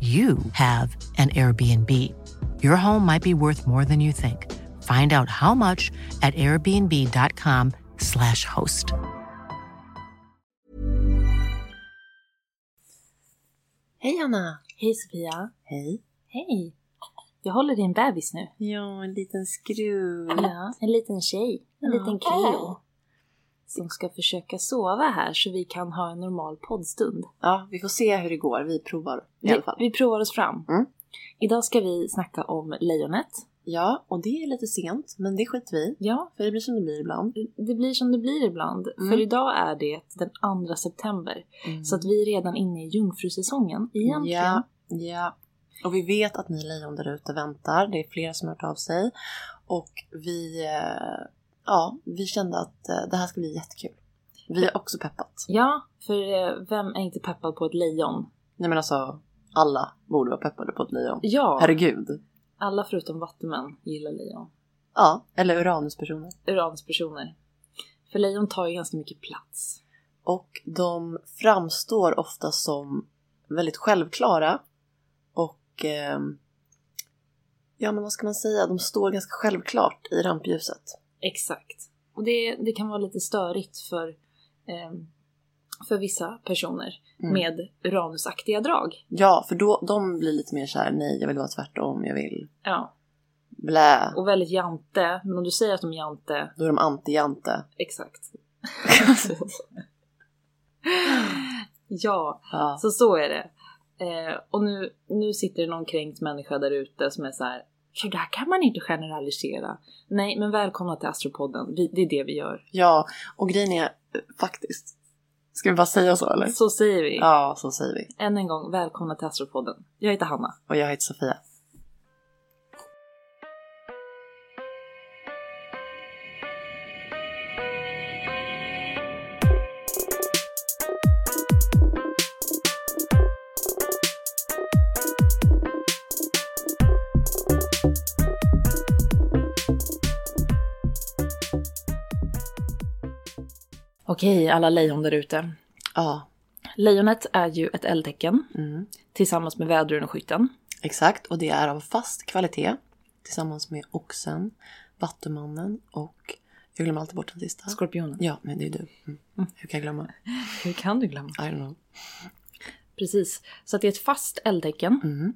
you have an Airbnb. Your home might be worth more than you think. Find out how much at airbnb.com/slash host. Hej Anna! Hej Sofia! Hej! Hej! Jag håller i en bebis nu. Ja, en liten skruv. Ja, en liten tjej. En liten Cleo. Som ska försöka sova här så vi kan ha en normal poddstund. Ja, vi får se hur det går. Vi provar i Vi- alla fall. Vi provar oss fram. Mm. Idag ska vi snacka om lejonet. Ja, och det är lite sent, men det skiter vi i, Ja, För det blir som det blir ibland. det blir som det blir ibland. Mm. För idag är det den 2 september. Så att vi är redan inne i jungfrusäsongen egentligen. Ja, ja. Och vi vet att ni lejon där ute väntar. Det är flera som har hört av sig. Och vi, eh, ja, vi kände att eh, det här ska bli jättekul. Vi har också peppat. Ja, för eh, vem är inte peppad på ett lejon? Nej men alltså, alla borde vara peppade på ett lejon. Ja, Herregud. alla förutom vattumän gillar lejon. Ja, eller Uranuspersoner. uranspersoner. För lejon tar ju ganska mycket plats. Och de framstår ofta som väldigt självklara och ehm, ja men vad ska man säga, de står ganska självklart i rampljuset. Exakt. Och det, det kan vara lite störigt för, ehm, för vissa personer Mm. med uranusaktiga drag. Ja, för då, de blir lite mer såhär, nej jag vill vara tvärtom, jag vill Ja. blä. Och väldigt jante, men om du säger att de är jante, Då är de anti-jante. exakt. Ja. ja, Alltså, så så är det. Eh, och nu, nu sitter det någon kränkt människa där ute som är så här. Så där kan man inte generalisera. Nej, men välkomna till Astropodden. Vi, det är det vi gör. ja, och grejen är eh, faktiskt, ska vi bara säga så eller? Så säger vi. Ja, så säger vi. Än en gång, välkomna till Astropodden. Jag heter Hanna. Och jag heter Sofia. Okej, alla lejon där ute. Ja, Lejonet är ju ett eldtecken mm. tillsammans med väduren och skytten. Exakt, och det är av fast kvalitet tillsammans med oxen, vattumannen och jag glömmer alltid bort den sista. Skorpionen. Ja, men det är du. Mm. Hur kan jag glömma? Hur kan du glömma? I don't know. Precis, så att det är ett fast eldtecken. Mm.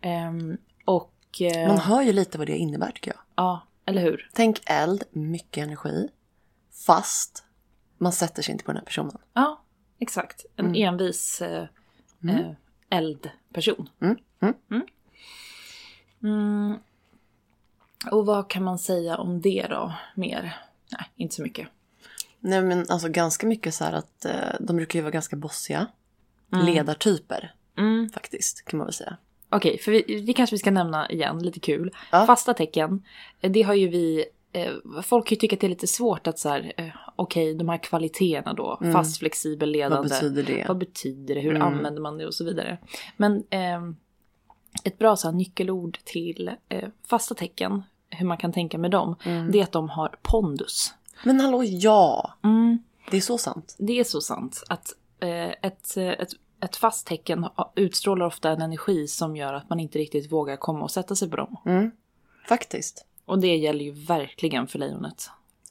Ehm, och... eh, Man hör ju lite vad det innebär tycker jag. ja, eller hur? Tänk eld, mycket energi, fast man sätter sig inte på den här personen. Ja, exakt. En envis eh, eh, eldperson. Mm. Mm. Mm. Och vad kan man säga om det då, mer? Nej, inte så mycket. Nej men alltså ganska mycket så här att eh, de brukar ju vara ganska bossiga. Ledartyper Mm. faktiskt kan man väl säga. Okej, för vi, det kanske vi ska nämna igen, lite kul. Ja. Fasta tecken, eh, det har ju vi... Eh, folk kan ju tycka att det är lite svårt att så här, eh, okej, de här kvaliteterna då, fast, flexibel, ledande. Mm. Vad betyder det? Vad betyder det? Hur Mm. använder man det och så vidare. Men ehm, ett bra så här, nyckelord till eh, fasta tecken, hur man kan tänka med dem, Mm. det är att de har pondus. Men hallå ja! Mm. Det är så sant. Det är så sant att eh, ett, eh, ett, ett fast tecken utstrålar ofta en energi som gör att man inte riktigt vågar komma och sätta sig på dem. Mm. Faktiskt. Och det gäller ju verkligen för lejonet.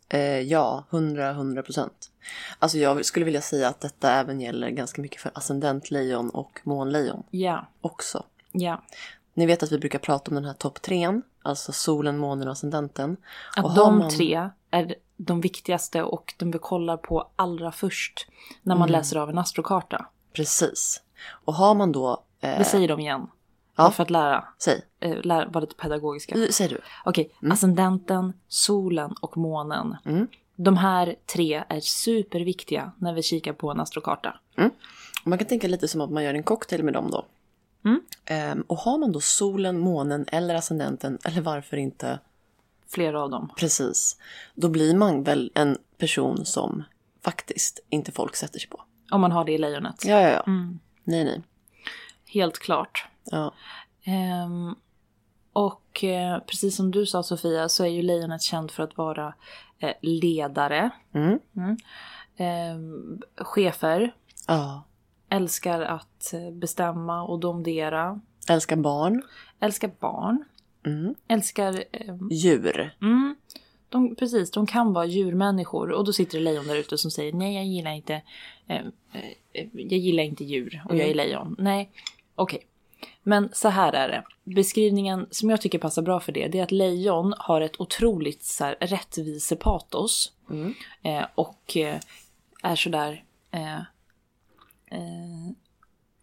Eh, ja, 100, 100 procent. Alltså jag skulle vilja säga att detta även gäller ganska mycket för ascendentlejon och månlejon Ja, också. ja. Ni vet att vi brukar prata om den här topp trean, alltså solen, månen och ascendenten. Att Och har de man- tre är de viktigaste och de vi kollar på allra först när man Mm. läser av en astrokarta. Precis. Och har man då... eh, Det säger de igen. Ja. För att lära, Säg. eh, lära, vara lite pedagogiska. Du- Säg du. Okej, ascendenten, solen och månen. Mm. De här tre är superviktiga när vi kikar på en astrokarta. Man kan tänka lite som att man gör en cocktail med dem då. Mm. Ehm, och har man då solen, månen eller ascendenten, eller varför inte Flera av dem. precis, då blir man väl en person som faktiskt inte folk sätter sig på. Om man har det i lejonet. Ja, ja, ja. Mm. Nej, nej. Helt klart. Ja. Ehm, och eh, precis som du sa Sofia så är ju lejonet känd för att vara eh, ledare, Mm. ehm, chefer, ja. älskar att eh, bestämma och domdera, Älskar barn. älskar barn, Mm. älskar... ehm, Djur. mm, de, precis, de kan vara djurmänniskor och då sitter det lejon där ute som säger nej jag gillar inte, eh, eh, jag gillar inte djur och jag är lejon. Nej, okej. Men så här är det. Beskrivningen som jag tycker passar bra för det, det är att lejon har ett otroligt så här, rättvisepatos. Eh, och eh, är sådär... Eh, eh,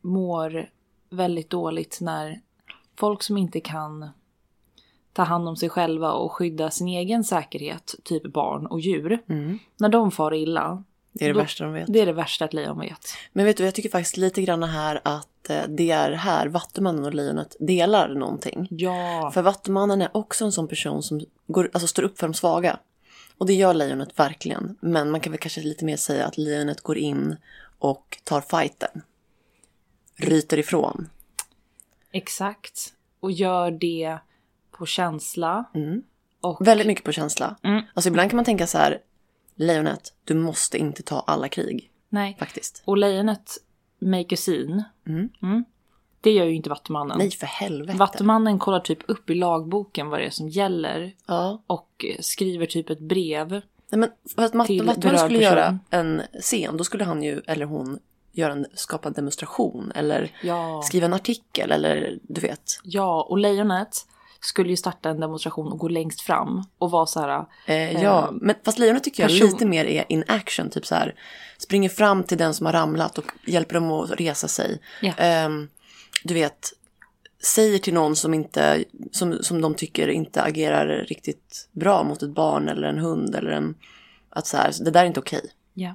mår väldigt dåligt när folk som inte kan ta hand om sig själva och skydda sin egen säkerhet, typ barn och djur, när de far illa, Mm. Det är det Då- värsta de vet. det är det värsta ett lejon vet. Men vet du, jag tycker faktiskt lite grann här att eh, det är här Vattumannen och lejonet delar någonting. Ja, För Vattumannen är också en sån person som går, alltså står upp för de svaga. Och det gör lejonet verkligen. Men man kan väl kanske lite mer säga att lejonet går in och tar fighten. Ryter ifrån. exakt. Och gör det på känsla. Mm. Och Väldigt mycket på känsla. Mm. Alltså ibland kan man tänka så här. Lejonet, du måste inte ta alla krig. Nej. Faktiskt. Och lejonet make a scene. Mm. Mm. Det gör ju inte Vattumannen. Nej, för helvete. Vattumannen kollar typ upp i lagboken vad det är som gäller Ja. och eh, skriver typ ett brev. Nej, men för att Matt, Till Vattumannen berörd skulle person. göra en scen, då skulle han ju, eller hon, göra en, skapa en demonstration eller Ja. skriva en artikel eller du vet. Ja, och lejonet skulle ju starta en demonstration och gå längst fram och vara så här. Eh, ja, Ehm, men fast lejonet tycker jag person- lite mer är in action. Typ så här, springer fram till den som har ramlat och hjälper dem att resa sig. Ja. Ehm, du vet, säger till någon som, inte, som, som de tycker inte agerar riktigt bra mot ett barn eller en hund eller en... Att så här, det där är inte okej. Ja,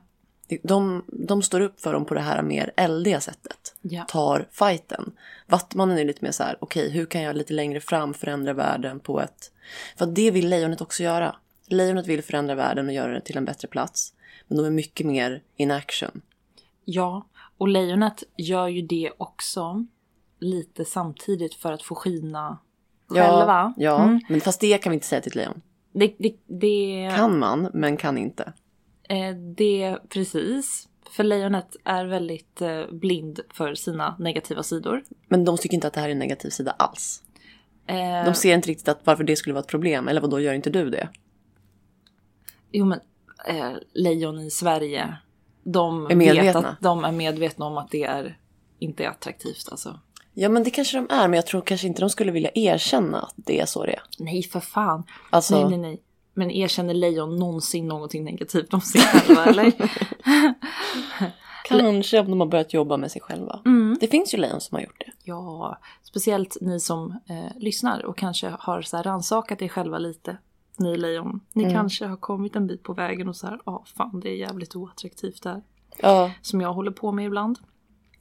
De, de står upp för dem på det här mer eldiga sättet. ja. Tar fighten. Vattmannen är lite mer så här, okej hur kan jag lite längre fram förändra världen på ett... För att det vill lejonet också göra. Lejonet vill förändra världen och göra den till en bättre plats. Men de är mycket mer in action. Ja, och lejonet gör ju det också lite samtidigt för att få skina själva. Ja, ja Mm. men fast det kan vi inte säga till ett lejon. Det, det, det, Kan man, men kan inte. eh, det, precis. För lejonet är väldigt eh, blind för sina negativa sidor. Men de tycker inte att det här är en negativ sida alls. Eh, De ser inte riktigt att varför det skulle vara ett problem. Eller vad då gör inte du det? Jo men, eh, lejon i Sverige, de Är vet medvetna. att de är medvetna om att det är, inte är attraktivt alltså. Ja, men det kanske de är. Men jag tror kanske inte de skulle vilja erkänna att det är så det är. Nej för fan. Alltså- Nej nej nej. Men erkänner lejon någonsin någonting negativt om sig själva eller? Kanske om de har börjat jobba med sig själva. Mm. Det finns ju lejon som har gjort det. Ja, speciellt ni som eh, lyssnar och kanske har så här rannsakat er själva lite. Ni lejon, ni kanske har kommit en bit på vägen och så här, ja fan det är jävligt oattraktivt det här. Ja, Som jag håller på med ibland.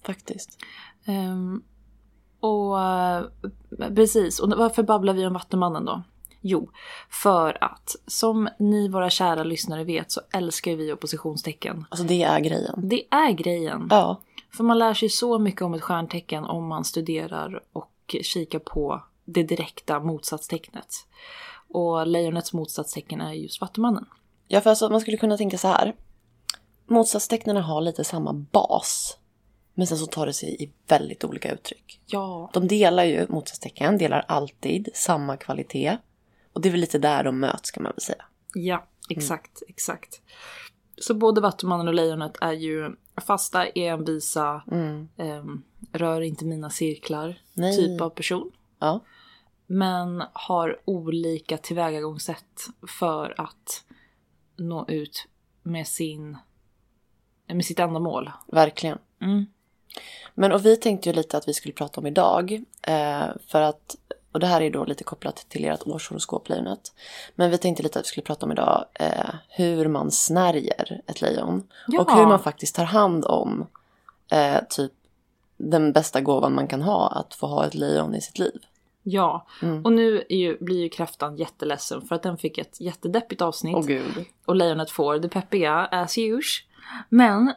faktiskt. Ehm, och eh, precis, och varför babblar vi om Vattumannen då? Jo, för att som ni våra kära lyssnare vet så älskar vi oppositionstecken. Alltså det är grejen. Det är grejen. Ja, För man lär sig så mycket om ett stjärntecken om man studerar och kikar på det direkta motsatstecknet. Och lejonets motsatstecken är just Vattumannen. ja för alltså, man skulle kunna tänka så här. Motsatstecknen har lite samma bas. Men sen så tar det sig i väldigt olika uttryck. Ja, De delar ju, motsatstecken delar alltid samma kvalitet. Och det är väl lite där de möts kan man väl säga. ja. Exakt, exakt. Så både Vattumannen och Lejonet är ju fasta, envisa, Mm. ehm, rör inte mina cirklar, Nej. typ av person. Ja. Men har olika tillvägagångssätt för att nå ut med, sin, med sitt ändamål. Verkligen. Mm. Men och vi tänkte ju lite att vi skulle prata om idag. Eh, för att, och det här är ju då lite kopplat till ert årshoroskop lejonet. Men vi tänkte lite att vi skulle prata om idag eh, hur man snärjer ett lejon. Ja. Och hur man faktiskt tar hand om eh, typ den bästa gåvan man kan ha, att få ha ett lejon i sitt liv. Ja, Mm. och nu är ju, blir ju kräftan jätteledsen för att den fick ett jättedeppigt avsnitt. Åh gud. och lejonet får det peppiga as usual. Men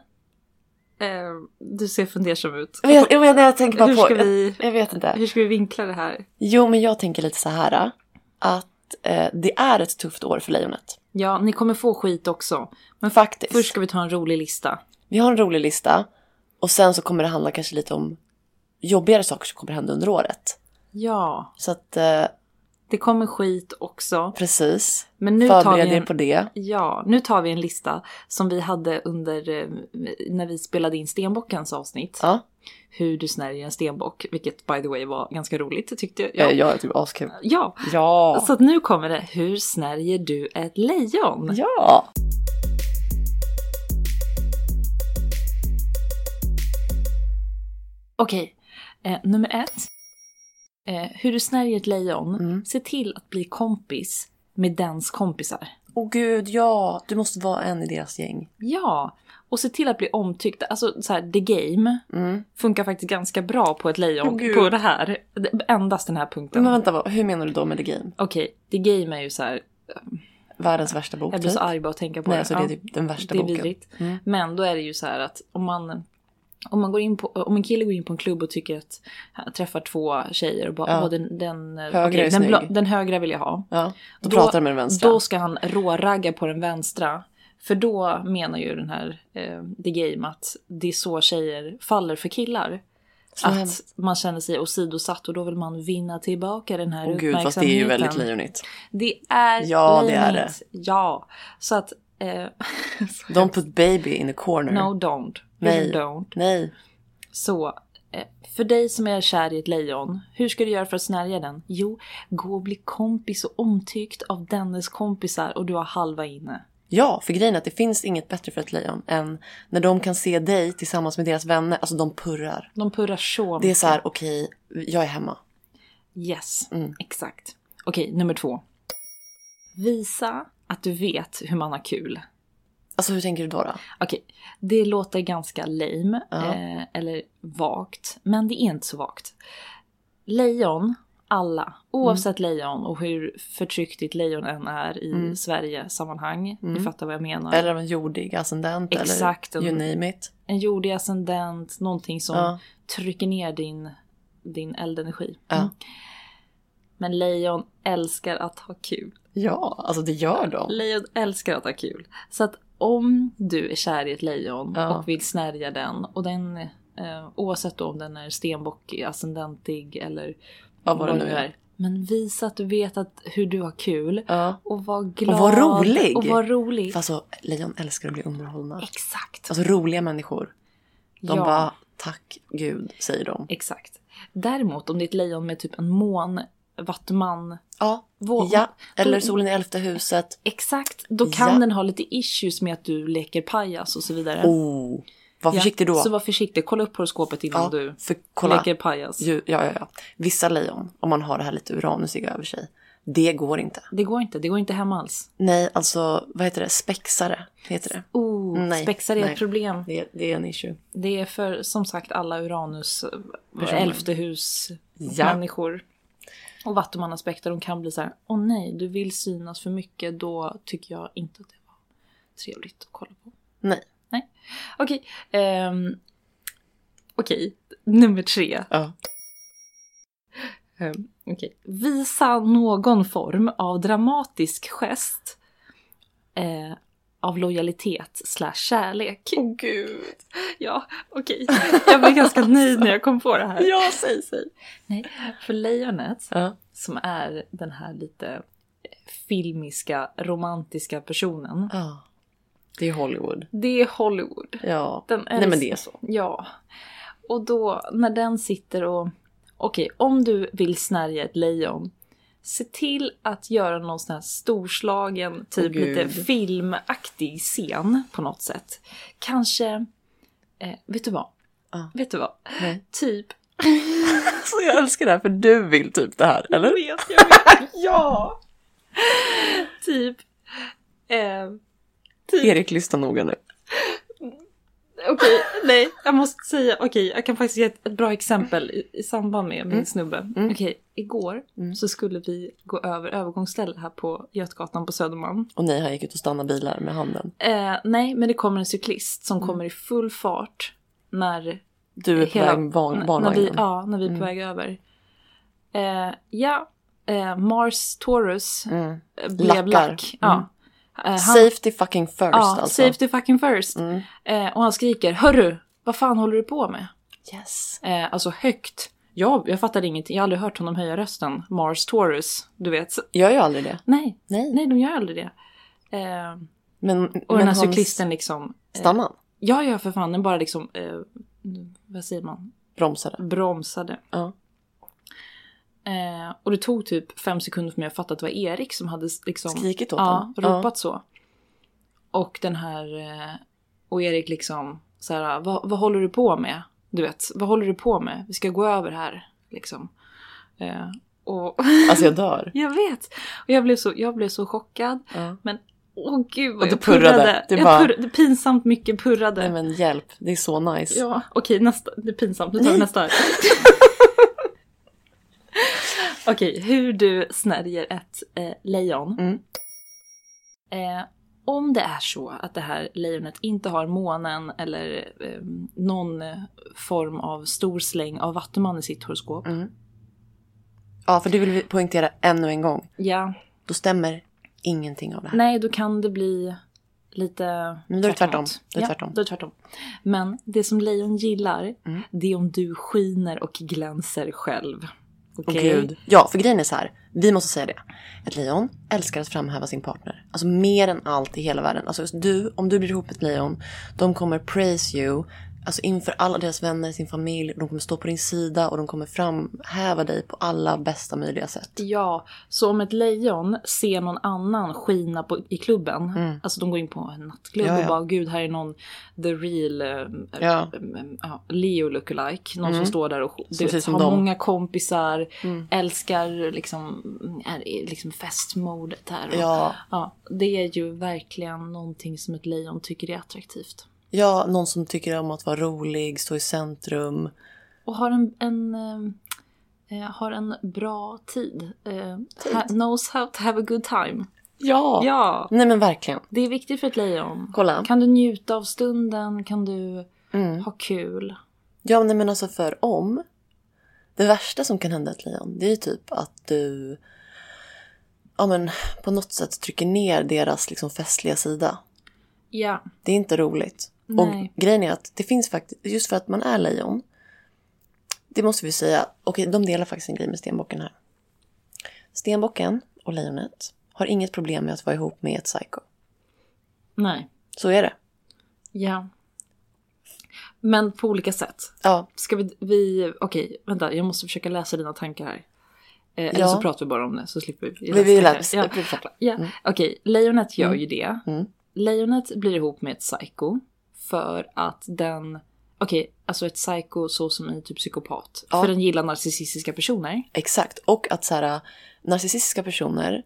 eh, du ser fundersam ut. Jag, vet, jag, vet, jag tänker bara Hur på... ska vi- Jag, jag vet inte. Hur ska vi vinkla det här? Jo, men jag tänker lite så här. eh, Att eh, det är ett tufft år för lejonet. Ja, ni kommer få skit också. Men Faktiskt. först ska vi ta en rolig lista. Vi har en rolig lista. Och sen så kommer det handla kanske lite om jobbigare saker som kommer hända under året. Ja, Så att eh, det kommer skit också. precis. Men nu tar vi Förbered en- er på det. Ja, nu tar vi en lista som vi hade under eh, när vi spelade in Stenbockens avsnitt. Ja, Hur du snärjer en stenbock, vilket by the way var ganska roligt tyckte ja. jag. jag är typ askul. ja. Ja. Så att nu kommer det, hur snärjer du ett lejon? Ja. Okej, eh, nummer ett. Eh, hur du snärjer ett lejon. Mm. Se till att bli kompis med dens kompisar. Åh gud, ja. Du måste vara en i deras gäng. Ja, och se till att bli omtyckt. Alltså så här, the game Mm. funkar faktiskt ganska bra på ett lejon Åh, gud. på det här. Det- Endast den här punkten. Men vänta, vad, hur menar du då med The Game? Okej, the game är ju så här. Världens värsta bok jag blir typ? så arg bara att tänka på Nej, det. alltså det är Ja. typ den värsta det är boken. vidrigt. Mm. Men då är det ju så här att om man, om man går in på, om en kille går in på en klubb och tycker att, träffar två tjejer och bara, Ja. "Åh, den, den, Högra okej, är den, blå- snygg." den högra vill jag ha. Ja, då, pratar du med den vänstra. Då ska han råragga på den vänstra. För då menar ju den här eh, The Game att det är så tjejer faller för killar. Så att hemskt. man känner sig åsidosatt och då vill man vinna tillbaka den här Åh gud, uppmärksamheten. fast det är ju väldigt lejonigt. Det är Ja, det är lejonigt. Ja, så att... Eh, så- Don't put baby in a corner. No don't. Nej. Really don't. Nej. Så, eh, för dig som är kär i ett lejon, hur ska du göra för att snärja den? Jo, gå och bli kompis och omtyckt av dennes kompisar och du har halva inne. Ja, för grejen är att det finns inget bättre för ett lejon än när de kan se dig tillsammans med deras vänner. Alltså de purrar. De purrar så Det är mycket. så här, okej, jag är hemma. Yes, Mm. exakt. Okej, nummer två. Visa att du vet hur man har kul. Alltså hur tänker du då? då? Okej, det låter ganska lame Ja. eh, eller vagt, men det är inte så vagt. Lejon, alla, oavsett lejon och hur förtryckt ditt lejon än är i Mm. Sverige sammanhang. Ni fattar vad jag menar. Eller en jordig ascendent Exakt. eller you name it. En jordig ascendent, någonting som Ja. trycker ner din, din eldenergi. Ja. Mm. Men lejon älskar att ha kul. Ja, alltså det gör de. Lejon älskar att ha kul. Så att om du är kär i ett lejon Ja. och vill snärja den och den eh, oavsett då om den är stenbock, ascendentig eller Ja, vad det nu är. Men visa att du vet att, hur du har kul Ja. och var glad. var rolig. Och var rolig. För alltså lejon älskar att bli underhållna. Exakt. Alltså roliga människor. De Ja. bara, tack gud, säger de. Exakt. Däremot om det är ett lejon med typ en månvattman Ja, Vå- ja. eller då- solen i elfte huset. Exakt, då kan Ja. den ha lite issues med att du leker pajas och så vidare. Oh, var försiktig då. Så var försiktig, kolla upp horoskopet innan ja, du för kolla. leker pajas. Ju, ja, ja, ja. Vissa lejon, om man har det här lite uranusiga över sig, det går inte. Det går inte, det går inte hem alls. Nej, alltså vad heter det? Spexare heter det. Oh, Nej, spexar är nej. ett problem. Det, det är en issue. Det är för som sagt alla Uranus, Personer. elfte hus Ja. människor. Och vattumannaspekter, de kan bli så här, åh nej, du vill synas för mycket, då tycker jag inte att det var trevligt att kolla på. Nej. Nej. Okej. ehm, Okej, nummer tre. Ja. Ehm, okej. Visa någon form av dramatisk gest eh, av lojalitet slash kärlek. Åh gud. Ja, okej. Jag blev ganska nöjd när jag kom på det här. Ja, säg, säg. Nej, för lejonet Ja. som är den här lite filmiska, romantiska personen. Ja. Det är Hollywood. Det är Hollywood. Ja. Den Nej men det är så. Ja. Och då när den sitter och... Okej, om du vill snärja ett lejon. Se till att göra någon sån här storslagen, typ Åh, gud. lite filmaktig scen på något sätt. Kanske... Eh, vet du vad? Ja. Vet du vad? Nej. Typ... Så Alltså, jag älskar det här för du vill typ det här, eller? Jag vet, jag vet. ja! typ... Eh, Erik lyssnar noga nu. Okej, nej, jag måste säga, okej, jag kan faktiskt ge ett, ett bra exempel i, i samband med Mm. min snubbe. Okej, igår så skulle vi gå över övergångsställe här på Götgatan på Södermalm. Och nej, han gick ut och stannade bilar med handen. Eh, nej, men det kommer en cyklist som kommer i full fart när Mm. Du är på väg med barn, när vi, barnvagnen. Mm. Ja, när vi är på väg över. Eh, ja, eh, Mars Taurus Mm. eh, blev Lackar. lack. Ja. Mm. Eh, han- Safety fucking first ja, alltså. Safety fucking first. Mm. Eh, och han skriker, hörru, vad fan håller du på med? Yes. Eh, alltså högt. Jag, jag fattade ingenting. Jag har aldrig hört honom höja rösten. Mars Taurus, du vet. Så- Gör ju aldrig det. Nej, Nej. nej de gör aldrig det. Eh, Men, men och den här hans- cyklisten liksom. Eh, Stannan. ja, ja för fan. Den bara liksom, eh, vad säger man, Bromsade. bromsade. Ja. Eh, och det tog typ fem sekunder för mig att fatta att det var Erik som hade s- liksom Skrikit åt ja, honom. ropat så. Och den här, eh, och Erik liksom så här, vad, vad håller du på med? Du vet, vad håller du på med? Vi ska gå över här liksom. Eh, och Alltså jag dör. jag vet! Och jag blev så, jag blev så chockad. Ja. Men åh gud Och vad du jag purrade. purrade. Du jag bara- purrade, pinsamt mycket purrade. Nej men hjälp, det är så nice. Ja, okej nästa. Det är pinsamt. Nu tar vi Nej. nästa. okej, hur du snärjer ett eh, lejon. Mm. Eh, om det är så att det här lejonet inte har månen eller eh, någon eh, form av stor släng av vattuman i sitt horoskop. mm. Ja, för det vill vi poängtera ännu en gång. Ja, Då stämmer ingenting av det här. nej då kan det bli lite... Men då är det tvärtemot. tvärtom. Då är det ja, tvärtom. Mm. Då är det tvärtom. Men det som lejon gillar, det är om du skiner och glänser själv. Åh, Okej? gud. Ja, för grejen är så här. Vi måste säga det. Ett lejon älskar att framhäva sin partner. Alltså mer än allt i hela världen. Alltså just du, om du blir ihop med ett lejon, de kommer praise you. Alltså inför alla deras vänner, sin familj. De kommer stå på din sida och de kommer framhäva dig på alla bästa möjliga sätt. Ja, så om ett lejon ser någon annan skina på, i klubben, alltså de går in på en nattklubb Mm. Ja, ja. och bara gud här är någon the real um, Ja. um, um, ja, Leo lookalike, någon som står där och Som du ser ut vet, som har dem. Mm. många kompisar, älskar liksom, är i liksom festmodet här. Och, Ja, ja, det är ju verkligen någonting som ett lejon tycker är attraktivt. ja, någon som tycker om att vara rolig, stå i centrum. Och har en, en, eh, eh, har en bra tid. Eh, ha, knows how to have a good time. Ja! Ja! Nej men verkligen. Det är viktigt för ett lejon. Kolla. Kan du njuta av stunden? Kan du Mm. ha kul? Ja, nej, men alltså för om. Det värsta som kan hända ett lejon, det är ju typ att du ja, men, på något sätt trycker ner deras liksom, festliga sida. Ja. Det är inte roligt. Nej. Och grejen är att det finns faktiskt, just för att man är lejon, det måste vi säga, okej de delar faktiskt en grej med stenbocken här. Stenbocken och lejonet har inget problem med att vara ihop med ett psycho. Nej. Så är det. Ja. Men på olika sätt. Ja, Ska vi... vi Okej, vänta. Jag måste försöka läsa dina tankar här. Eh, Eller Ja. så pratar vi bara om det så slipper vi. Mm. vi vill läsa läsa. tankar. Ja. Ja. Okej, lejonet gör ju det. Mm. Lejonet blir ihop med ett psycho för att den... Okej, alltså ett psycho så som i typ psykopat. Ja. För den gillar narcissistiska personer. Exakt. Och att så här, äh, narcissistiska personer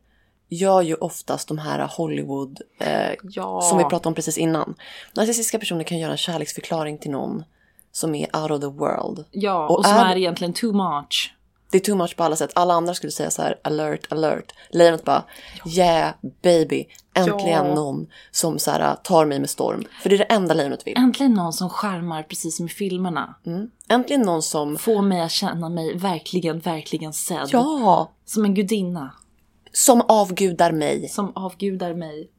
gör ju oftast de här äh, Hollywood, eh, Ja. som vi pratade om precis innan. Narcissistiska personer kan göra en kärleksförklaring till någon som är out of the world. Ja, Och och, som är- är... egentligen too much. Det är too much på alla sätt. Alla andra skulle säga så här alert, alert. Lejonet bara yeah baby, äntligen Ja. någon som så här, äh, tar mig med storm. För det är det enda lejonet vill. Äntligen någon som charmar precis som i filmerna. Mm. Äntligen någon som, Får mig att känna mig verkligen, verkligen sedd. Mm. ja, Som en gudinna. som avgudar mig Som avgudar mig.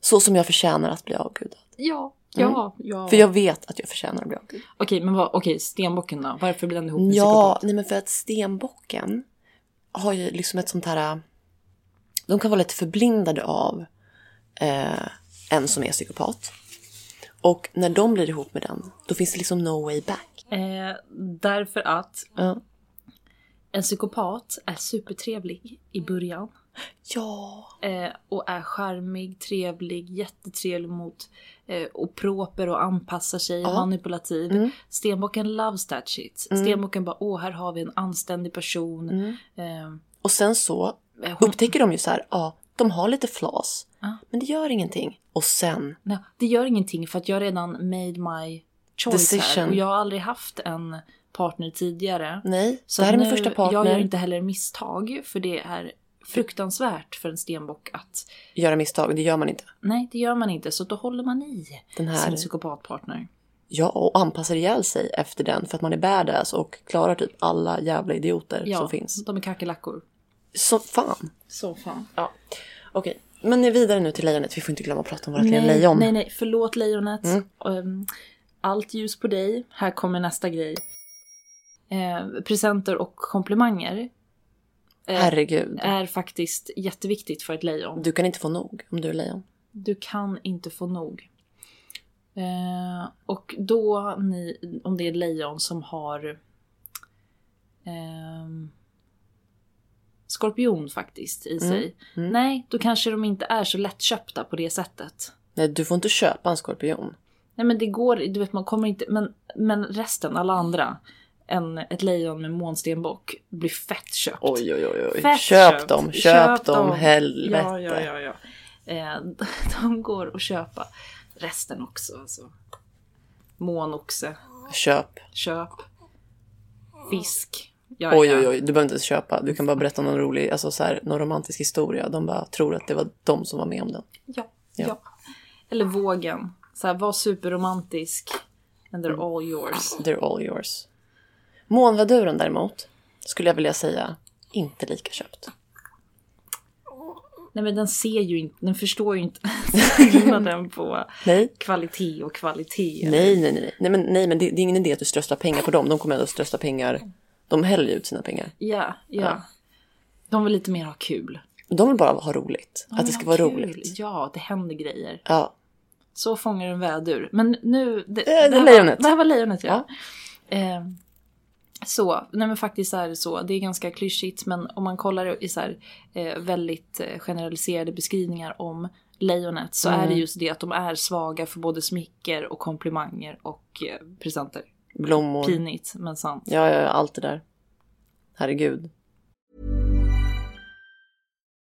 så som jag förtjänar att bli avgudad. Ja, ja, ja. Mm. För jag vet att jag förtjänar att bli avgudad. Okej, men vad, okej, stenbocken då? Varför blir den ihop Ja, med psykopat? nej men för att stenbocken har ju liksom ett sånt här... äh, de kan vara lite förblindade av eh, en som är psykopat. Och när de blir ihop med den, då finns det liksom no way back. Eh, därför att Ja. en psykopat är supertrevlig i början. Ja. eh, och är charmig, trevlig, jättetrevlig mot eh, och proper och anpassar sig, manipulativ. Mm. Stenbocken loves that shit. Stenbocken bara åh här har vi en anständig person. Mm. Eh, Och sen så Eh, hon- upptäcker de ju så här, ja, de har lite flas. Ja. Men det gör ingenting. Och sen, nej, det gör ingenting för att jag redan made my choice Decision. här och jag har aldrig haft en partner tidigare. nej, Så det här är att min nu- första partner. Jag gör inte heller misstag för det är fruktansvärt för en stenbock att Göra misstag, det gör man inte. nej det gör man inte så då håller man i Den här- sin psykopatpartner. Ja, och anpassar ihjäl sig efter den för att man är badass och klarar typ alla jävla idioter som finns. de är kackerlackor. Så fan. Så fan. Ja. Okej, men vidare nu till lejonet. Vi får inte glömma att prata om vårt lilla Nej, lejon. Mm. nej, nej, förlåt lejonet. Ehm, Allt ljus på dig. Här kommer nästa grej. Eh, presenter och komplimanger eh, Herregud. är faktiskt jätteviktigt för ett lejon. Du kan inte få nog om du är lejon. Du kan inte få nog. Eh, och då, ni, om det är ett lejon som har ehm, skorpion faktiskt i sig. Nej, då kanske de inte är så lättköpta på det sättet. Nej, du får inte köpa en skorpion. Nej men det går, du vet man kommer inte, men, men resten, alla andra, en, ett lejon med månstenbock blir fett köpt. Oj, oj, oj. oj. Fett Köp köpt. dem, köp, dem, helvete. Ja, ja, ja, ja. Eh, de går att köpa. Resten också alltså. Månoxe, Köp. köp. Fisk. Ja, Oj, ja. oj, oj. Du behöver inte ens köpa. Du kan bara berätta någon rolig, alltså så här, någon romantisk historia. De bara tror att det var de som var med om den. Ja, Ja. ja. Eller vågen. Så här, var superromantisk. And they're all yours. They're all yours. Månvaduren däremot, skulle jag vilja säga, inte lika köpt. Nej men den ser ju inte, den förstår ju inte skillnaden på Nej. kvalitet och kvalitet. Nej, nej, nej. Nej, men, nej, men det, det är ingen idé att du strösslar pengar på dem. De kommer ändå strössla pengar. De häller ju ut sina pengar. Ja, ja. Ja. De vill lite mer ha kul. De vill bara ha roligt. De att det vill ska ha vara kul. roligt. Ja, det händer grejer. Ja. Så fångar en vädur. Men nu... Eh, Det, är här lejonet. Var, det här var lejonet, ja. Eh, så, nej men faktiskt är det så. Det är ganska klyschigt men om man kollar i så här, eh, väldigt eh, generaliserade beskrivningar om lejonet så är det just det att de är svaga för både smicker och komplimanger och eh, presenter. Blommor. Pinigt men sant. Ja, ja, ja, allt det där. Herregud.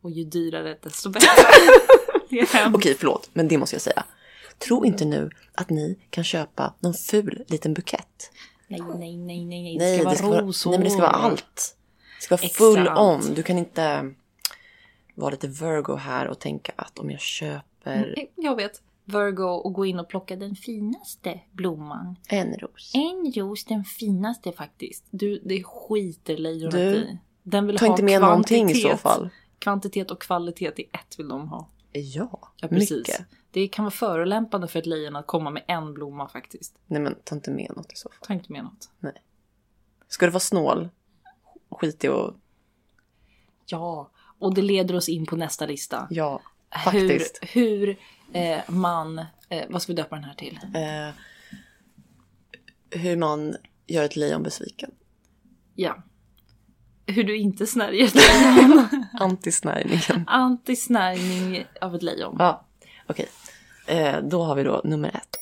Och ju dyrare desto bättre. Det är hemskt. Okej, förlåt, men det måste jag säga. Tro inte nu att ni kan köpa någon ful liten bukett. Nej, nej, nej, nej, nej. Det ska vara rosor. Nej, men det ska vara allt. Det ska vara full Extra allt. on. Du kan inte... vara lite Virgo här och tänka att om jag köper Mm, eh, Jag vet. Virgo och gå in och plocka den finaste blomman. en ros. En ros, den finaste faktiskt. Du, det skiter lejonet Du, i. Den vill Ta ha inte med kvantitet. någonting i så fall. Kvantitet och kvalitet i ett vill de ha. Ja, Ja, precis. mycket. Det kan vara förolämpande för ett lejon att komma med en blomma faktiskt. Nej men ta inte med något i så fall. Ta inte med något. Ska du vara snål? Skit i att... Ja, och det leder oss in på nästa lista. Ja, faktiskt. Hur, hur eh, man... Eh, vad ska vi döpa den här till? Eh, hur man gör ett lejon besviken. Ja. Hur du inte snärjer ett lejon. Antisnärjningen. Antisnärjning av ett lejon. Ja, okej. Eh, då har vi då nummer ett.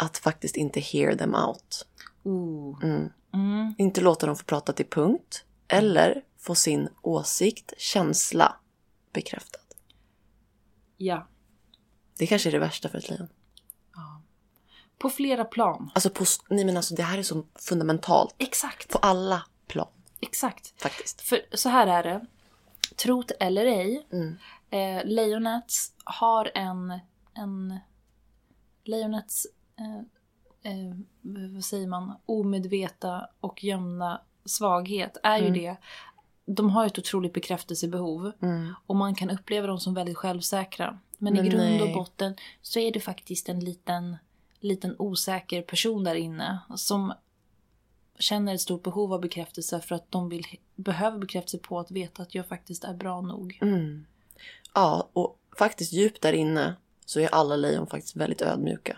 Att faktiskt inte hear them out. Oh. Mm. Mm. Inte låta dem få prata till punkt. Eller få sin åsikt, känsla bekräftad. Ja. Det kanske är det värsta för ett lejon. På flera plan. Alltså, på, s- nej men alltså det här är så fundamentalt. Exakt. På alla plan Exakt. faktiskt. För så här är det. Trot eller ej. Mm. Eh, Lejonets har en... en Lejonets... Eh, eh, vad säger man? Omedvetna och gömda svaghet är Mm. ju det. De har ju ett otroligt bekräftelsebehov. Och man kan uppleva dem som väldigt självsäkra. Men, Mm. Men i grund nej. och botten så är det faktiskt en liten, liten osäker person där inne. Som känner ett stort behov av bekräftelse för att de vill, behöver bekräftelse på att veta att jag faktiskt är bra nog. Mm. Ja, och faktiskt djupt där inne så är alla lejon faktiskt väldigt ödmjuka.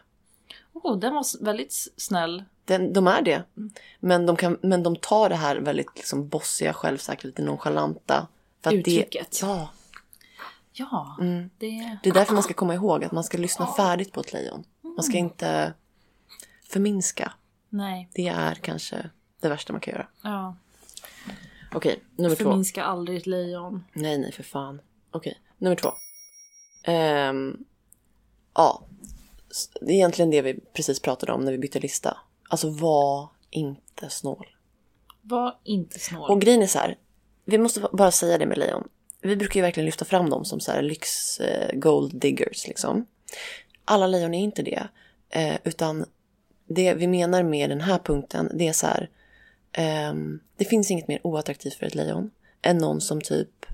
Oh, den var s- väldigt s- snäll. Den, de är det. Mm. Men de, kan, men de tar det här väldigt liksom bossiga, självsäkra, lite nonchalanta. För Uttrycket. Det, ja. Ja, Mm. det... Det är därför man ska komma ihåg att man ska lyssna färdigt på ett lejon. Man Mm. ska inte förminska. Nej, Det är kanske det värsta man kan göra. ja. Okej, nummer två. Förminska aldrig ett lejon. Nej, nej för fan. Okej, nummer två. Ehm, ja, S- det är egentligen det vi precis pratade om när vi bytte lista. Alltså var inte snål. Var inte snål. Och grejen är så här, vi måste bara säga det med lejon. Vi brukar ju verkligen lyfta fram dem som så här lyx eh, gold diggers liksom. Alla lejon är inte det. Eh, utan det vi menar med den här punkten, det är så här. ehm, det finns inget mer oattraktivt för ett lejon än någon som typ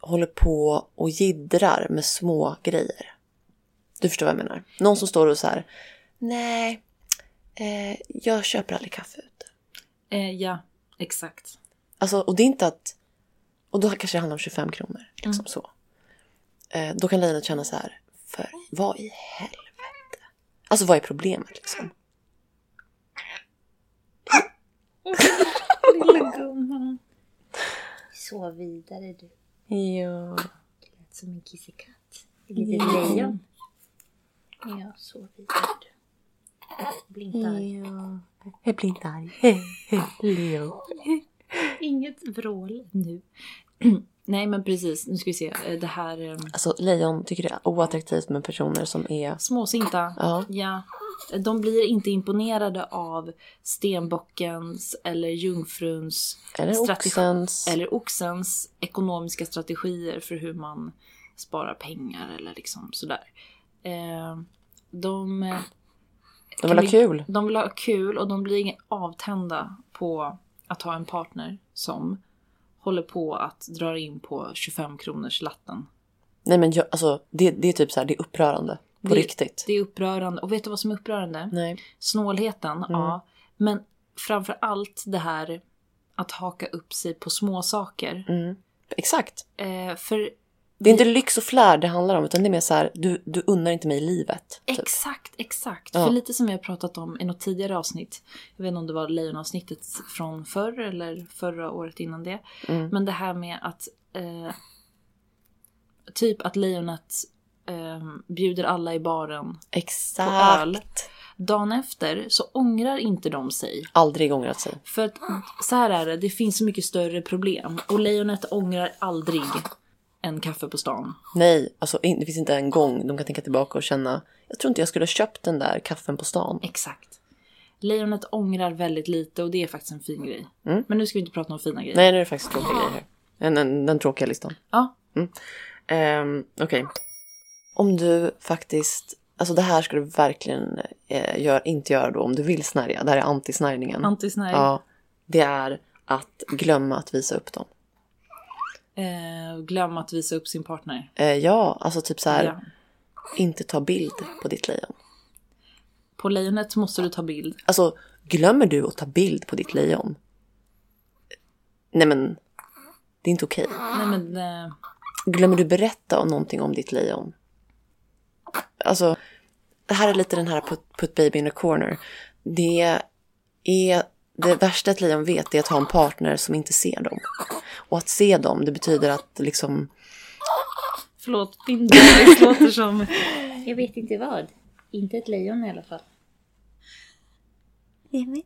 håller på och jiddrar med små grejer. Du förstår vad jag menar? Någon som står och så här. Nej, eh, jag köper aldrig kaffe ute. Eh, ja, exakt. Alltså, och det är inte att... Och då kanske det handlar om 25 kronor. Liksom så. Eh, då kan lejonet känna så här, för vad i helvete? Alltså vad är problemet liksom? Lilla gumman. Sov vidare du. Ja. Lät som en kissekatt. Ett litet lejon. Ja, sov vidare du. Bli inte arg. Jag blir inte arg. Leo. Inget vrål nu. Nej, men precis. Nu ska vi se. Eh, Det här... Eh, Alltså lejon tycker det är oattraktivt med personer som är... Småsinta. Ja. ja. De blir inte imponerade av stenbockens eller jungfruns Eller strategi- oxens. eller oxens ekonomiska strategier för hur man sparar pengar eller liksom sådär. Eh, de, eh, De vill ha bli- kul. de vill ha kul och de blir avtända på att ha en partner som håller på att dra in på 25 kronors latten. Nej men jag, alltså det, det är typ så här, det är upprörande. På Det- riktigt. Det är upprörande. Och vet du vad som är upprörande? Nej. Snålheten, Mm. ja. Men framför allt det här att haka upp sig på små saker. Mm. Exakt. Eh, för Det är inte lyx och flärd det handlar om utan det är mer så här, du, du unnar inte mig livet. Typ. exakt, exakt. Ja. För lite som vi har pratat om i något tidigare avsnitt. Jag vet inte om det var lejonavsnittet från förr eller förra året innan det. Mm. Men det här med att eh, typ att lejonet eh, bjuder alla i baren. Exakt. öl. Dagen efter så ångrar inte de sig. Aldrig typ. ångrat sig. För att så här är det, det finns så mycket större problem. Och lejonet ångrar aldrig en kaffe på stan. Nej, alltså in, det finns inte en gång de kan tänka tillbaka och känna jag tror inte jag skulle ha köpt den där kaffen på stan. Exakt. Lejonet ångrar väldigt lite och det är faktiskt Mm. en fin grej. Men nu ska vi inte prata om fina grejer. Nej, nu är det faktiskt tråkiga grejer här. Den, den, den tråkiga listan. Ja, Ehm, Okej. Om du faktiskt... Alltså det här ska du verkligen eh, gör, inte göra då om du vill snärja. Det här är antisnärjningen. Antisnärj. Ja. Det är att glömma att visa upp dem. Eh, glöm att visa upp sin partner. Eh, ja, alltså typ så här. Ja. Inte ta bild på ditt lejon. På lejonet måste du ta bild. Alltså, glömmer du att ta bild på ditt lejon? Nej men, det är inte okej. Nej men, eh, Glömmer du berätta om någonting om ditt lejon? Alltså, det här är lite den här put, put baby in a corner. Det är det värsta ett lejon vet är att ha en partner som inte ser dem. Och att se dem, det betyder att liksom, förlåt, din dialekt låter som... Jag vet inte vad. Inte ett lejon i alla fall. Jimmy?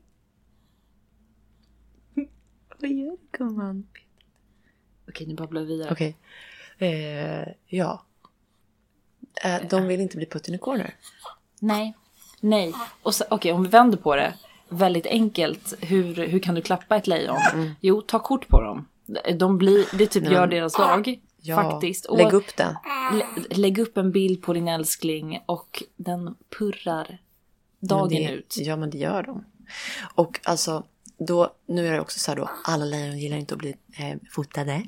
Okej, nu babblar vi vidare. okej, eh, ja. Eh, de vill inte bli put in a corner. Nej. Nej. Och så- Okej, om vi vänder på det. Väldigt enkelt. Hur, hur kan du klappa ett lejon? Mm. Jo, ta kort på dem. De blir, det typ gör deras dag. Ja, faktiskt. Och Lägg upp det. lä, lägg upp en bild på din älskling och den purrar dagen Men det, ut. Ja, men det gör de. Och alltså, då, nu är det också så här då, alla lejon gillar inte att bli eh, fotade.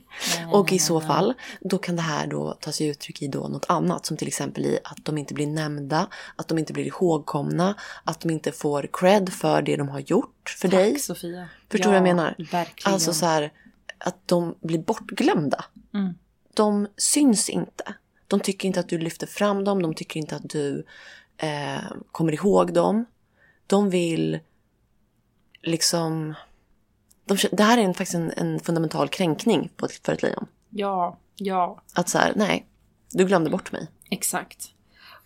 och i så fall, då kan det här då ta sig uttryck i då något annat. Som till exempel i att de inte blir nämnda, att de inte blir ihågkomna, att de inte får cred för det de har gjort för dig. Tack Sofia. Förstår du Ja, vad jag menar? Verkligen. Alltså så här, att de blir bortglömda. De syns inte. De tycker inte att du lyfter fram dem, de tycker inte att du eh, kommer ihåg dem. De vill liksom... De, kän- det här är en, faktiskt en, en fundamental kränkning på ett, för ett lejon. Ja, ja. Att så här, nej, du glömde bort mig. Exakt.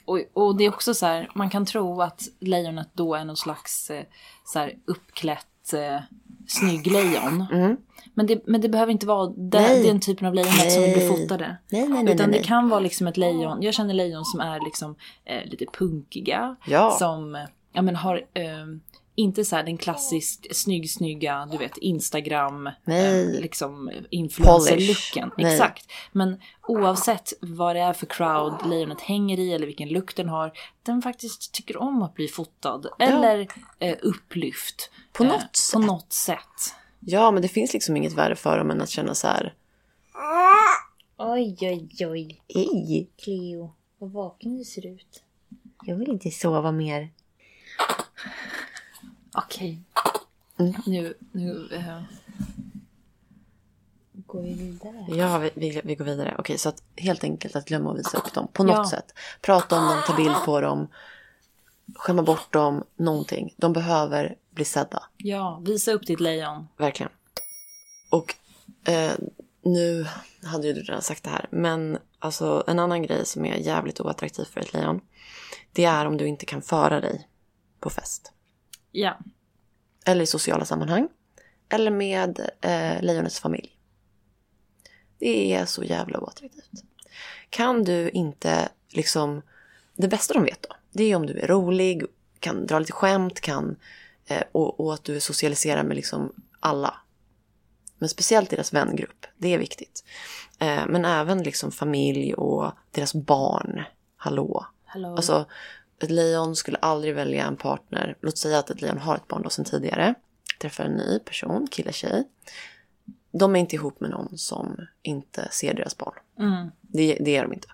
Och, och det är också så här, man kan tro att lejonet då är någon slags eh, så här, uppklätt eh, snygg lejon. Men, det, men det behöver inte vara den, Mm. Nej. den typen typ av lejonet som Nej. blir fotade. Nej, nej, nej, Utan nej, det nej. kan vara liksom ett lejon, jag känner lejon som är liksom eh, lite punkiga. Ja. Som eh, ja, men har eh, inte så här den klassiskt snygg, snygga, du vet Instagram, eh, Nej. liksom influencer-looken. Nej. Exakt. Men oavsett vad det är för crowd lejonet hänger i eller vilken lukt den har, den faktiskt tycker om att bli fotad eller eh, upplyft. eh, På något På sätt. något sätt. Ja, men det finns liksom inget värre för dem än att känna så här, Oj, oj, oj. ej, Cleo, vad vaken du ser ut. jag vill inte sova mer. Okej. Mm. Nu, nu, eh, Går vi vidare? Ja, vi, vi, vi går vidare. Okej, så att helt enkelt att glömma att visa upp dem på något Ja. sätt. Prata om dem, ta bild på dem, skämma bort dem, någonting. De behöver bli sedda, ja, visa upp ditt lejon. verkligen. Och eh, nu hade ju du redan sagt det här, men alltså en annan grej som är jävligt oattraktiv för ett lejon, det är om du inte kan föra dig på fest. Ja, Eller i sociala sammanhang. Eller med eh, lejonets familj. Det är så jävla oattraktivt. Kan du inte liksom... Det bästa de vet då, det är om du är rolig, kan dra lite skämt, kan... Eh, och, och att du socialiserar med liksom alla. Men speciellt deras vängrupp, det är viktigt. Eh, men även liksom familj och deras barn. Hallå. hallå. Alltså, ett lejon skulle aldrig välja en partner. Låt säga att ett lejon har ett barn då sedan tidigare. Träffar en ny person, kille, tjej. De är inte ihop med någon som inte ser deras barn. Mm. Det, det är de inte.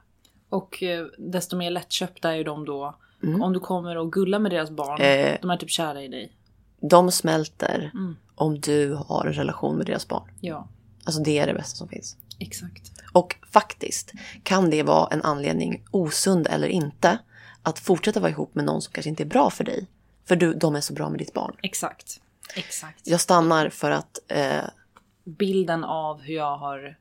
Och eh, desto mer lättköpta är ju de då. Om du kommer och gullar med deras barn, Mm. Eh. de är typ kära i dig. De smälter Mm. om du har en relation med deras barn. Ja, Alltså det är det bästa som finns. exakt. Och faktiskt kan det vara en anledning, osund eller inte, att fortsätta vara ihop med någon som kanske inte är bra för dig. För du, de är så bra med ditt barn. Exakt. Exakt. Jag stannar för att eh, bilden av hur jag har...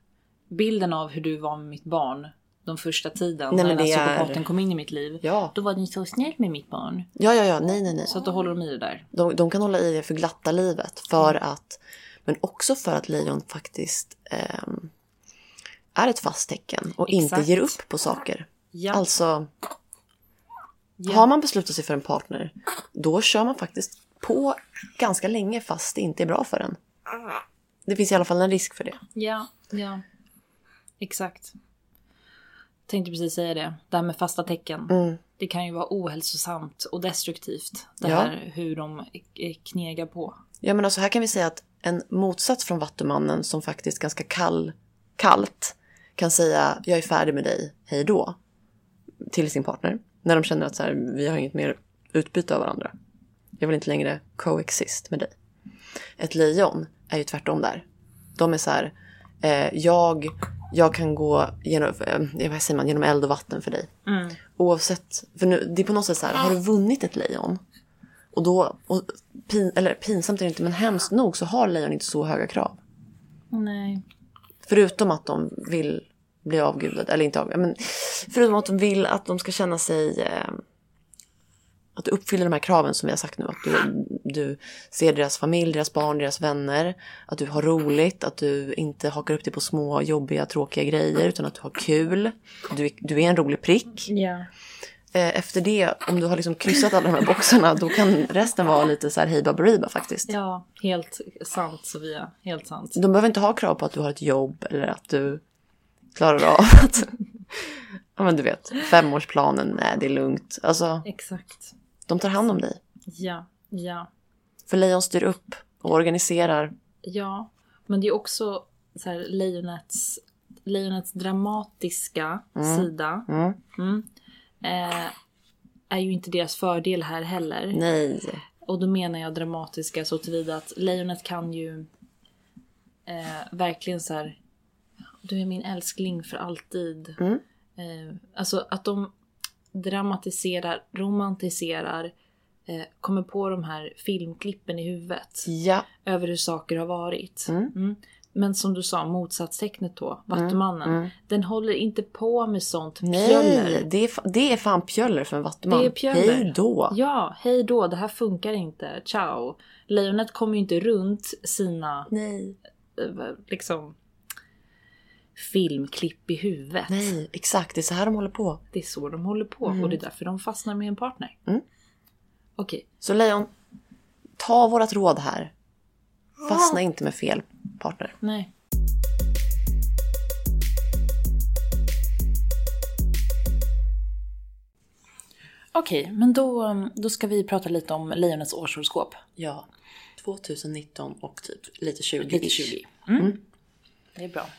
Bilden av hur du var med mitt barn de första tiden Nej, när men den det här är- psykopaten kom in i mitt liv. Ja. Då var ni så snäll med mitt barn. Ja, ja, ja. Nej, nej, nej. Så att då håller de i det där. De, de kan hålla i det för glatta livet. För Mm. att, men också för att lejon faktiskt ehm, är ett fast tecken och Exakt. inte ger upp på saker. Ja. Alltså, Ja. har man beslutat sig för en partner, då kör man faktiskt på ganska länge fast det inte är bra för Ah. en. Det finns i alla fall en risk för det. Ja, ja. Exakt. tänkte precis säga det. Det här med fasta tecken. Mm. Det kan ju vara ohälsosamt och destruktivt. Det Ja. här hur de eh, knegar på. Ja men alltså här kan vi säga att en motsats från Vattumannen som faktiskt ganska kall, kallt kan säga jag är färdig med dig, hej då. Till sin partner. När de känner att så här, vi har inget mer utbyte av varandra. Jag vill inte längre coexist med dig. Ett lejon är ju tvärtom där. De är så här, eh, jag, jag kan gå genom, eh, vad säger man, genom eld och vatten för dig. Oavsett, för nu, det är på något sätt så här, har du vunnit ett lejon? Och då, och pin, eller pinsamt är det inte, men hemskt nog så har lejon inte så höga krav. Nej. Förutom att de vill bli avgudade, eller inte avgudade, men förutom att de vill att de ska känna sig... Eh, att du uppfyller de här kraven som vi har sagt nu. Att du, du ser deras familj, deras barn, deras vänner. Att du har roligt, att du inte hakar upp dig på små jobbiga, tråkiga grejer utan att du har kul. Du, är- du är en rolig prick. Ja. Eh, efter det, om du har liksom kryssat alla de här boxarna, då kan resten vara lite så här hej baberiba faktiskt. Ja, helt sant Sofia. Helt sant. De behöver inte ha krav på att du har ett jobb eller att du klarar av att... Ja men du vet, femårsplanen, nej det är lugnt. Alltså, Exakt. de tar hand om dig. Ja, ja, För lejon styr upp och organiserar. ja. Men det är också så här, lejonets, lejonets dramatiska sida. Mm. Mm, eh, är ju inte deras fördel här heller. Nej. Och då menar jag dramatiska så tillvida att lejonet kan ju eh, verkligen så här. Du är min älskling för alltid. Mm. Eh, alltså att de dramatiserar, romantiserar, eh, kommer på de här filmklippen i huvudet Ja. över hur saker har varit. Mm. Men som du sa, motsatstecknet då, Vattumannen, Mm. den håller inte på med sånt Nej, pjöller. det är, fa- det är fan pjöller för en vattuman. Det är pjöller. Hej då. Ja, hej då, det här funkar inte, ciao. Lejonet kommer ju inte runt sina Nej. eh, liksom filmklipp i huvudet. Nej, exakt. Det är så här de håller på. Det är så de håller på och det är därför de fastnar med en partner. Mm. Okej, Så lejon, ta vårat råd här. Ah. Fastna inte med fel partner. nej. Okej, men då, då ska vi prata lite om lejonets årshoroskop. Ja. 2019 och typ lite 20. Lite 20. Mm. Det är bra.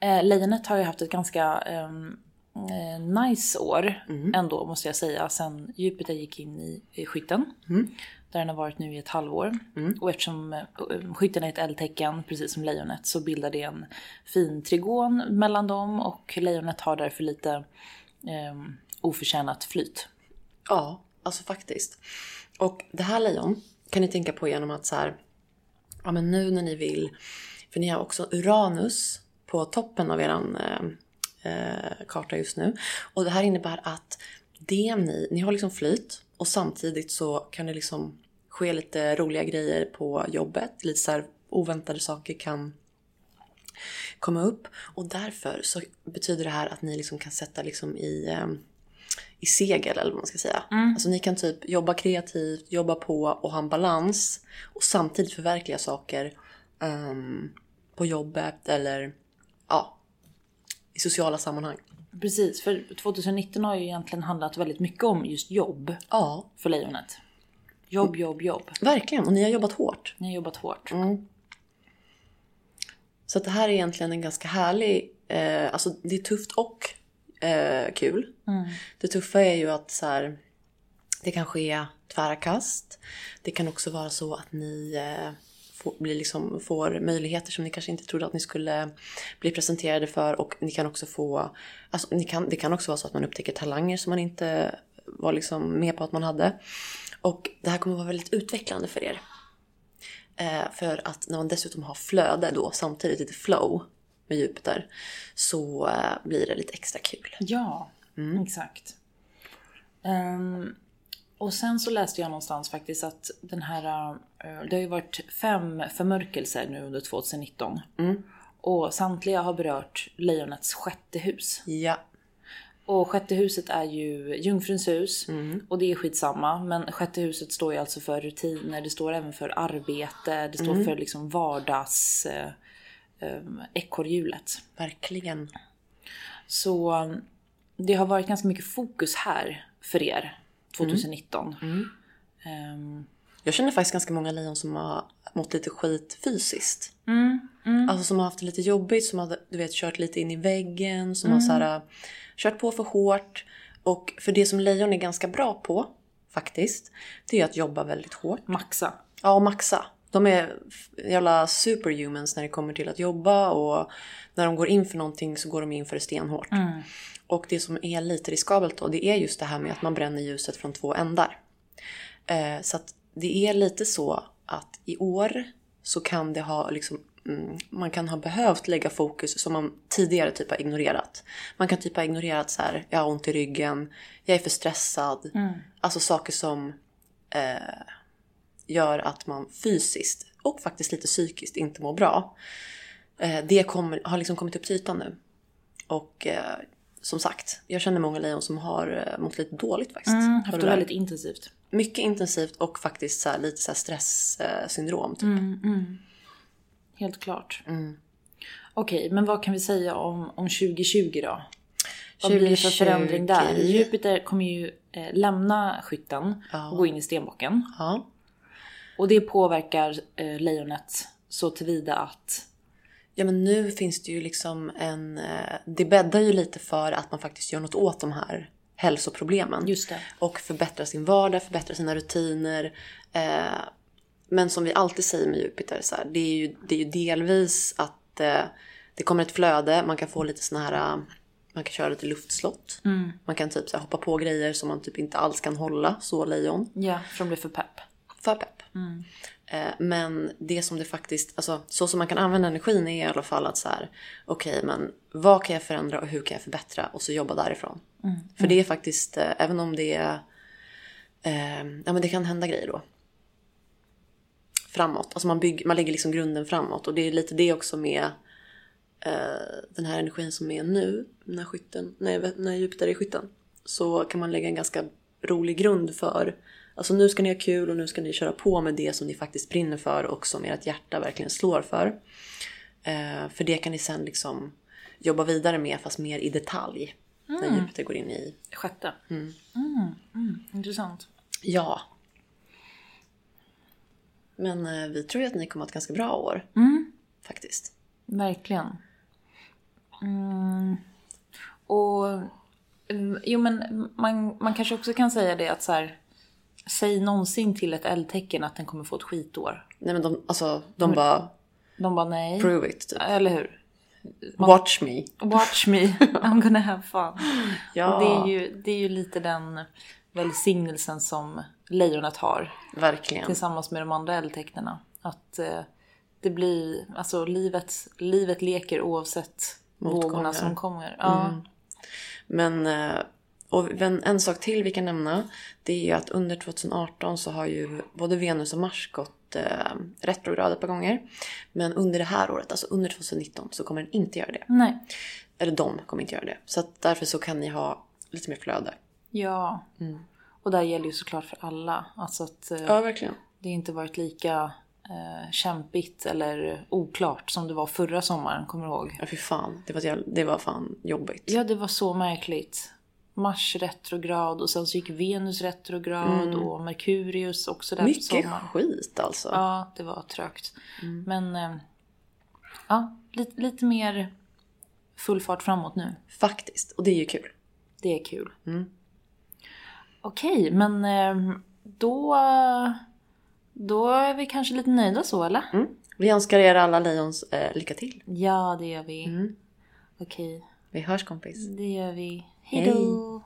Eh, Lejonet har ju haft ett ganska ehm, eh, nice år ändå måste jag säga. Sen Jupiter gick in i, i skytten. Där den har varit nu i ett halvår. Och eftersom eh, skytten är ett eldtecken precis som lejonet så bildar det en fin trigon mellan dem. Och lejonet har därför lite ehm, oförtjänat flyt. Ja, alltså faktiskt. Och det här lejon kan ni tänka på genom att så här, ja men nu när ni vill, för ni har också Uranus på toppen av eran eh, eh, karta just nu. Och det här innebär att det ni, ni har liksom flyt och samtidigt så kan det liksom ske lite roliga grejer på jobbet, lite så här oväntade saker kan komma upp. Och därför så betyder det här att ni liksom kan sätta liksom i ehm, i segel eller vad man ska säga. Alltså ni kan typ jobba kreativt, jobba på och ha en balans och samtidigt förverkliga saker ehm, på jobbet eller ja, i sociala sammanhang. Precis, för 2019 har ju egentligen handlat väldigt mycket om just jobb Ja, för lejonet. Jobb, jobb, jobb. verkligen. Och ni har jobbat hårt. Ni har jobbat hårt. Så att det här är egentligen en ganska härlig, eh, alltså det är tufft och eh, kul. Det tuffa är ju att så här, det kan ske tvära kast. Det kan också vara så att ni eh, får, blir liksom, får möjligheter som ni kanske inte trodde att ni skulle bli presenterade för. Och ni kan också få, alltså, ni kan, det kan också vara så att man upptäcker talanger som man inte var liksom med på att man hade. Och det här kommer vara väldigt utvecklande för er. Eh, för att när man dessutom har flöde då samtidigt, lite flow med Jupiter, så eh, blir det lite extra kul. Ja, exakt. Ehm, och sen så läste jag någonstans faktiskt att den här... eh, det har ju varit fem förmörkelser nu under 2019. Och samtliga har berört lejonets sjätte hus. Ja. Och sjätte huset är ju jungfruns hus. Mm. Och det är skitsamma. Men sjätte huset står ju alltså för rutiner, det står även för arbete, det Mm. står för liksom vardags... Eh, eh, Ekorrhjulet. Verkligen. Så um, det har varit ganska mycket fokus här för er 2019. Mm. Ehm, Jag känner faktiskt ganska många lejon som har mått lite skit fysiskt. Alltså som har haft det lite jobbigt, som har du vet, kört lite in i väggen, som har så här, äh, kört på för hårt. Och för det som lejon är ganska bra på, faktiskt, det är att jobba väldigt hårt. maxa. Ja, och maxa. De är f- jävla superhumans när det kommer till att jobba och när de går in för någonting så går de in för det stenhårt. Och det som är lite riskabelt då, det är just det här med att man bränner ljuset från två ändar. Eh, så att det är lite så att i år så kan det ha liksom mm, man kan ha behövt lägga fokus som man tidigare typ har ignorerat. Man kan typ ha ignorerat så här, jag har ont i ryggen, jag är för stressad. Alltså saker som eh, gör att man fysiskt och faktiskt lite psykiskt inte mår bra. Eh, Det kommer, har liksom kommit upp till ytan nu. Och eh, som sagt, jag känner många lejon som har eh, mått lite dåligt faktiskt. Mm, Har haft du det där? väldigt intensivt. Mycket intensivt och faktiskt så här, lite så här stresssyndrom. Typ. Helt klart. Mm. Okej, men vad kan vi säga om, om 2020 då? Vad blir det för 2020? förändring där? Jupiter kommer ju eh, lämna skytten Ja. och gå in i stenbocken. Ja. Och det påverkar eh, lejonet så tillvida att... ja men nu finns det ju liksom en... eh, Det bäddar ju lite för att man faktiskt gör något åt de här hälsoproblemen. Just det. och förbättra sin vardag, förbättra sina rutiner. Eh, men som vi alltid säger med Jupiter, så här, det, är ju, det är ju delvis att eh, det kommer ett flöde, man kan få lite såna här, eh, man kan köra lite luftslott. Mm. Man kan typ så här, hoppa på grejer som man typ inte alls kan hålla, så lejon Ja, för de blir för pepp. för pepp. Eh, Men det som det faktiskt, alltså så som man kan använda energin är i alla fall att så här, okej men vad kan jag förändra och hur kan jag förbättra och så jobba därifrån. För det är faktiskt, eh, även om det är, eh, ja men det kan hända grejer då. Framåt, alltså man, bygger, man lägger liksom grunden framåt och det är lite det också med eh, den här energin som är nu, när, skytten, när, när Jupiter är i skytten, så kan man lägga en ganska rolig grund för Alltså nu ska ni ha kul och nu ska ni köra på med det som ni faktiskt brinner för och som ert hjärta verkligen slår för. Eh, för det kan ni sen liksom jobba vidare med fast mer i detalj när Jupiter går in i... Sjätte. Mm. Mm, intressant. Ja. Men eh, vi tror ju att ni kommer ha ett ganska bra år. Faktiskt. Verkligen. Mm. Och mm, jo, men man, man kanske också kan säga det att så här, säg någonsin till ett eldtecken att den kommer få ett skitår. Nej men de, alltså, de bara De bara nej. prove it typ. Eller hur? Watch me. Watch me, I'm gonna have fun. Ja. Och det, är ju, det är ju lite den välsignelsen som lejonet har Verkligen. tillsammans med de andra eldtecknena. Att eh, det blir, alltså livet, livet leker oavsett vågorna Motgångar. Mm. som kommer. Ja. Men eh, och en, en sak till vi kan nämna det är ju att under 2018 så har ju både Venus och Mars gått eh, retrograd ett par gånger. Men under det här året, alltså under 2019, så kommer den inte göra det. Nej. Eller de kommer inte göra det. Så att därför så kan ni ha lite mer flöde. Ja. Och där gäller ju såklart för alla. Alltså att eh, Mm. verkligen. det inte varit lika eh, kämpigt eller oklart som det var förra sommaren, kommer du ihåg? Ja, fy fan. Det var, ett jävla- det var fan jobbigt. Ja, det var så märkligt. Mars retrograd och sen så gick Venus retrograd och Merkurius också där på Mycket sommaren. skit alltså. Ja, det var trögt. Men eh, ja, lite, lite mer full fart framåt nu. Faktiskt. Och det är ju kul. Det är kul. Okej, men eh, då, då är vi kanske lite nöjda så eller? Mm. Vi önskar er alla Lions eh, lycka till. Ja, det gör Mm. vi. Okej, Vi hörs kompis. det gör vi. Hej då!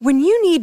When you need